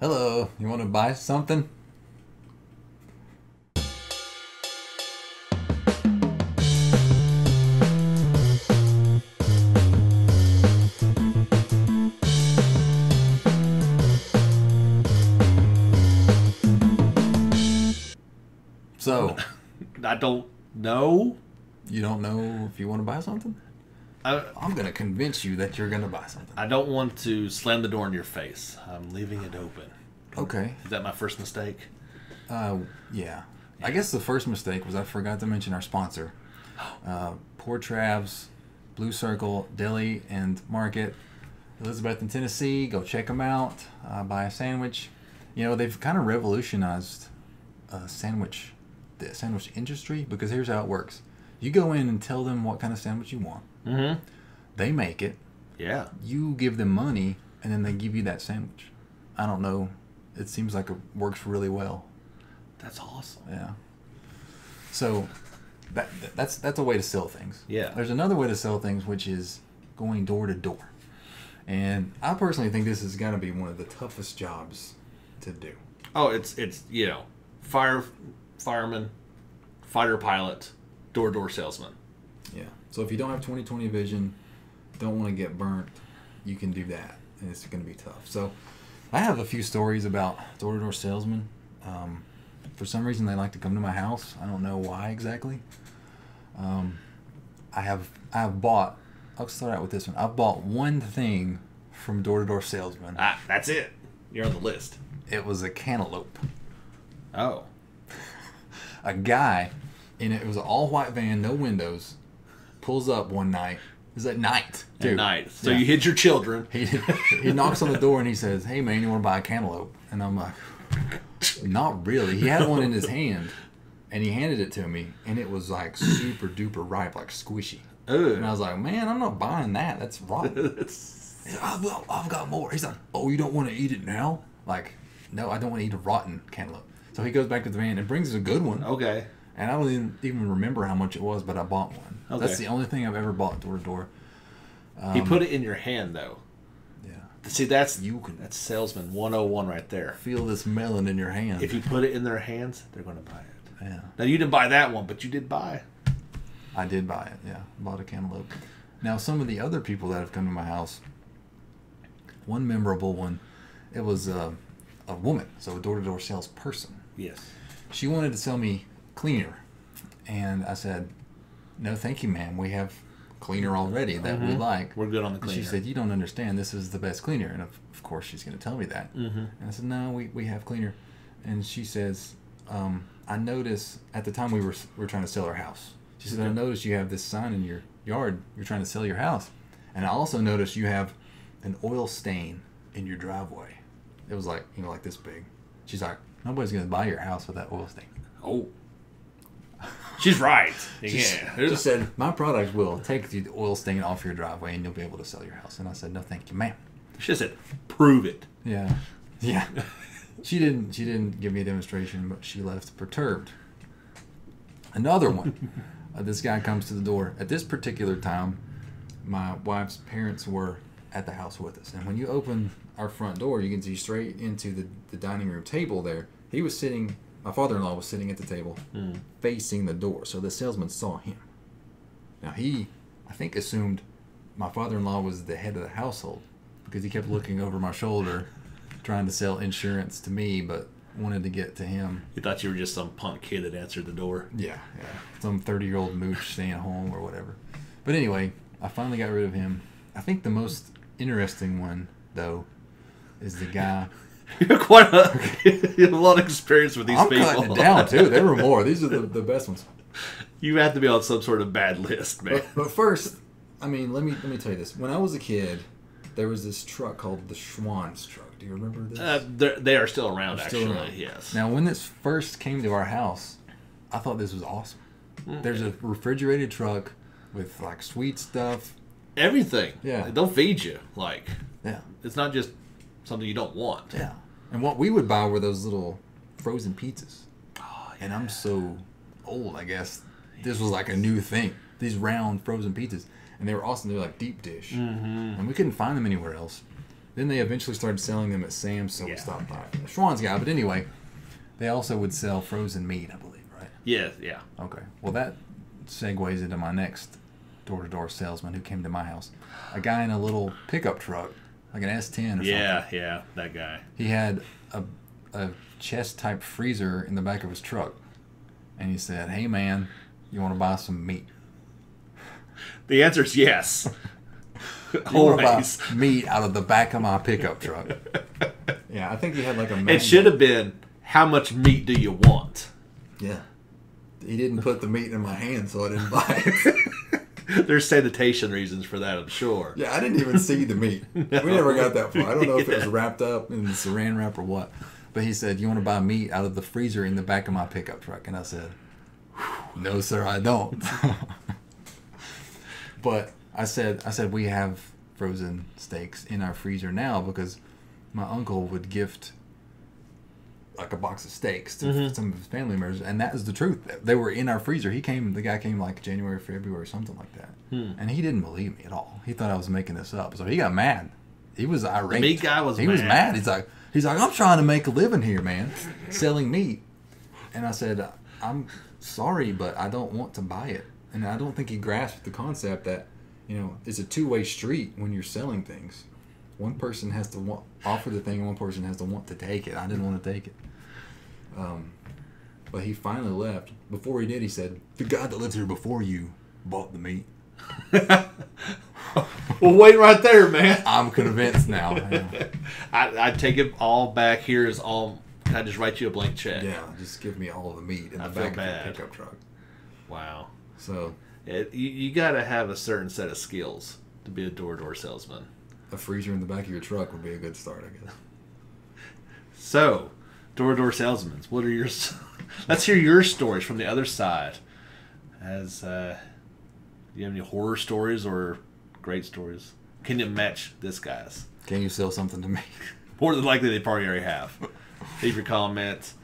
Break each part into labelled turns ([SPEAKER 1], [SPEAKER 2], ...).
[SPEAKER 1] Hello, you want to buy something? So,
[SPEAKER 2] I don't know.
[SPEAKER 1] you don't know if you want to buy something?
[SPEAKER 2] I,
[SPEAKER 1] I'm going to convince you that you're going to buy something.
[SPEAKER 2] I don't want to slam the door in your face. I'm leaving it open.
[SPEAKER 1] Okay.
[SPEAKER 2] Is that my first mistake?
[SPEAKER 1] Uh, yeah. I guess the first mistake was I forgot to mention our sponsor. Uh, Poor Travs, Blue Circle, Deli and Market, Elizabeth in Tennessee. Go check them out. Uh, buy a sandwich. You know, they've kind of revolutionized uh, sandwich, the sandwich industry because here's how it works. You go in and tell them what kind of sandwich you want. Mm-hmm. They make it.
[SPEAKER 2] Yeah.
[SPEAKER 1] You give them money, and then they give you that sandwich. I don't know. It seems like it works really well.
[SPEAKER 2] That's awesome.
[SPEAKER 1] Yeah. So that that's that's a way to sell things.
[SPEAKER 2] Yeah.
[SPEAKER 1] There's another way to sell things which is going door to door. And I personally think this is going to be one of the toughest jobs to do.
[SPEAKER 2] Oh, it's it's you know, fire fireman, fighter pilot, door to door salesman.
[SPEAKER 1] Yeah. So if you don't have 20/20 vision, don't want to get burnt, you can do that, and it's going to be tough. So I have a few stories about door-to-door salesmen. Um, for some reason, they like to come to my house. I don't know why exactly. Um, I have I have bought. I'll start out with this one. I've bought one thing from door-to-door salesmen.
[SPEAKER 2] Ah, that's it. You're on the list.
[SPEAKER 1] It was a cantaloupe.
[SPEAKER 2] Oh.
[SPEAKER 1] a guy in it was an all white van, no windows, pulls up one night. It was at night.
[SPEAKER 2] At
[SPEAKER 1] dude.
[SPEAKER 2] night. So
[SPEAKER 1] Yeah.
[SPEAKER 2] you hid your children.
[SPEAKER 1] he he knocks on the door and he says, "Hey man, you want to buy a cantaloupe?" And I'm like, "Not really." He had one in his hand, and he handed it to me, and it was like super duper ripe, like squishy. And I
[SPEAKER 2] Ugh.
[SPEAKER 1] was like, "Man, I'm not buying that. That's rotten."
[SPEAKER 2] It's-
[SPEAKER 1] He's like, I've, got- I've got more. He's like, "Oh, you don't want to eat it now?" Like, no, I don't want to eat a rotten cantaloupe. So he goes back to the van and brings us a good one.
[SPEAKER 2] okay.
[SPEAKER 1] And I don't even, even remember how much it was, but I bought one. That's
[SPEAKER 2] Okay.
[SPEAKER 1] the only thing I've ever bought door to door.
[SPEAKER 2] he put it in your hand though.
[SPEAKER 1] Yeah.
[SPEAKER 2] See that's
[SPEAKER 1] Um, You can-
[SPEAKER 2] that's salesman one oh one right there.
[SPEAKER 1] Feel this melon in your hand.
[SPEAKER 2] If you put it in their hands, they're gonna buy it.
[SPEAKER 1] yeah.
[SPEAKER 2] Now you didn't buy that one, but you did buy.
[SPEAKER 1] I did buy it. Yeah, bought a cantaloupe. Now, some of the other people that have come to my house, one memorable one, it was a, a woman, so a door-to-door salesperson.
[SPEAKER 2] Yes.
[SPEAKER 1] She wanted to sell me cleaner, and I said, "No, thank you, ma'am. We have cleaner already that we like.
[SPEAKER 2] We're good on the
[SPEAKER 1] And
[SPEAKER 2] cleaner.
[SPEAKER 1] She said, "You don't understand. This is the best cleaner." And of, of course, she's going to tell me that. Mm-hmm. And I said, "No, we, we have cleaner." And she says, um, "I noticed at the time we were we were trying to sell our house." She said, "I noticed you have this sign in your yard. You're trying to sell your house, and I also noticed you have an oil stain in your driveway. It was like you know like this big." She's like, "Nobody's going to buy your house with that oil stain."
[SPEAKER 2] Oh. She's right. yeah.
[SPEAKER 1] She said, "My product will take the oil stain off your driveway, and you'll be able to sell your house." And I said, "No, thank you, ma'am."
[SPEAKER 2] she said, prove it.
[SPEAKER 1] Yeah. Yeah. she didn't she didn't give me a demonstration, but she left perturbed. Another one. Uh, this guy comes to the door. At this particular time, my wife's parents were at the house with us. And when you open our front door, you can see straight into the, the dining room table there. He was sitting my father in law was sitting at the table facing the door. So the salesman saw him. Now he I think assumed my father-in-law was the head of the household because he kept looking over my shoulder trying to sell insurance to me but wanted to get to him
[SPEAKER 2] You thought you were just some punk kid that answered the door.
[SPEAKER 1] yeah yeah some 30 year old mooch staying at home or whatever but anyway i finally got rid of him i think the most interesting one though is the guy
[SPEAKER 2] You have quite a, you have a lot of experience with these
[SPEAKER 1] i'm
[SPEAKER 2] people.
[SPEAKER 1] cutting it down too there were more these are the, the best ones
[SPEAKER 2] You have to be on some sort of bad list, man.
[SPEAKER 1] But, but first, I mean, let me let me tell you this. When I was a kid, there was this truck called the Schwann's truck. Do you remember this?
[SPEAKER 2] Uh, they're- they are still around,
[SPEAKER 1] It's
[SPEAKER 2] actually.
[SPEAKER 1] still around.
[SPEAKER 2] Yes.
[SPEAKER 1] Now, when this first came to our house, I thought this was awesome. There's a refrigerated truck with like sweet stuff.
[SPEAKER 2] Everything.
[SPEAKER 1] Yeah.
[SPEAKER 2] They'll feed you. Like,
[SPEAKER 1] Yeah,
[SPEAKER 2] it's not just something you don't want.
[SPEAKER 1] yeah. And what we would buy were those little frozen pizzas. And I'm so old, I guess. This was like a new thing. These round frozen pizzas, and they were awesome. They were like deep dish, and we couldn't find them anywhere else. Then they eventually started selling them at Sam's, so we
[SPEAKER 2] Yeah.
[SPEAKER 1] stopped buying from the Schwann's guy. But anyway, they also would sell frozen meat, I believe, right?
[SPEAKER 2] Yeah, yeah.
[SPEAKER 1] Okay. Well, that segues into my next door to door salesman who came to my house. A guy in a little pickup truck, like an S10 or something.
[SPEAKER 2] Yeah, yeah, that guy.
[SPEAKER 1] He had a, a chest type freezer in the back of his truck. And he said, Hey, man, you want to buy some meat?
[SPEAKER 2] The answer is yes.
[SPEAKER 1] You wanna buy
[SPEAKER 2] Always.
[SPEAKER 1] meat out of the back of my pickup truck. yeah, I think he had like a.
[SPEAKER 2] It
[SPEAKER 1] magnet.
[SPEAKER 2] should have been how much meat do you want?
[SPEAKER 1] Yeah. He didn't put the meat in my hand, so I didn't buy it.
[SPEAKER 2] There's sanitation reasons for that, I'm sure.
[SPEAKER 1] yeah, I didn't even see the meat. We never got that far. I don't know if it was wrapped up in saran wrap or what. But he said, "You want to buy meat out of the freezer in the back of my pickup truck?" And I said, "No, sir, I don't." but I said, "I said we have frozen steaks in our freezer now because my uncle would gift." Like a box of steaks to
[SPEAKER 2] Mm-hmm.
[SPEAKER 1] some of his family members, and that is the truth. They were in our freezer. He came, the guy came like January, February, something like that,
[SPEAKER 2] Hmm.
[SPEAKER 1] and he didn't believe me at all. He thought I was making this up, so he got mad. He was irate.
[SPEAKER 2] meat guy was
[SPEAKER 1] he was
[SPEAKER 2] mad.
[SPEAKER 1] mad. He's like, he's like, I'm trying to make a living here, man, selling meat. And I said, I'm sorry, but I don't want to buy it. And I don't think he grasped the concept that, you know, it's a two way street when you're selling things. One person has to want, offer the thing, and one person has to want to take it. I didn't want to take it. Um, but he finally left. Before he did, he said, "The guy that lived here before you bought the meat."
[SPEAKER 2] Well, wait right there, man.
[SPEAKER 1] I'm convinced now. Yeah,
[SPEAKER 2] I, I take it all back. Here is all. Can I just write you a blank check?
[SPEAKER 1] Yeah, just give me all the meat in the
[SPEAKER 2] I feel
[SPEAKER 1] back of
[SPEAKER 2] bad.
[SPEAKER 1] your pickup truck.
[SPEAKER 2] Wow.
[SPEAKER 1] So
[SPEAKER 2] It, you you got to have a certain set of skills to be a door to door salesman.
[SPEAKER 1] a freezer in the back of your truck would be a good start, I guess.
[SPEAKER 2] So, door to door salesmen, what are your? Let's hear your stories from the other side. As uh, do you have any horror stories or great stories? Can you match this guy's?
[SPEAKER 1] Can you sell something to me?
[SPEAKER 2] More than likely, they probably already have. Leave your comments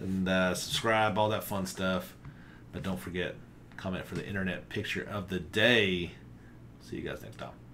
[SPEAKER 2] and uh, subscribe, all that fun stuff. But don't forget, comment for the internet picture of the day. See you guys next time.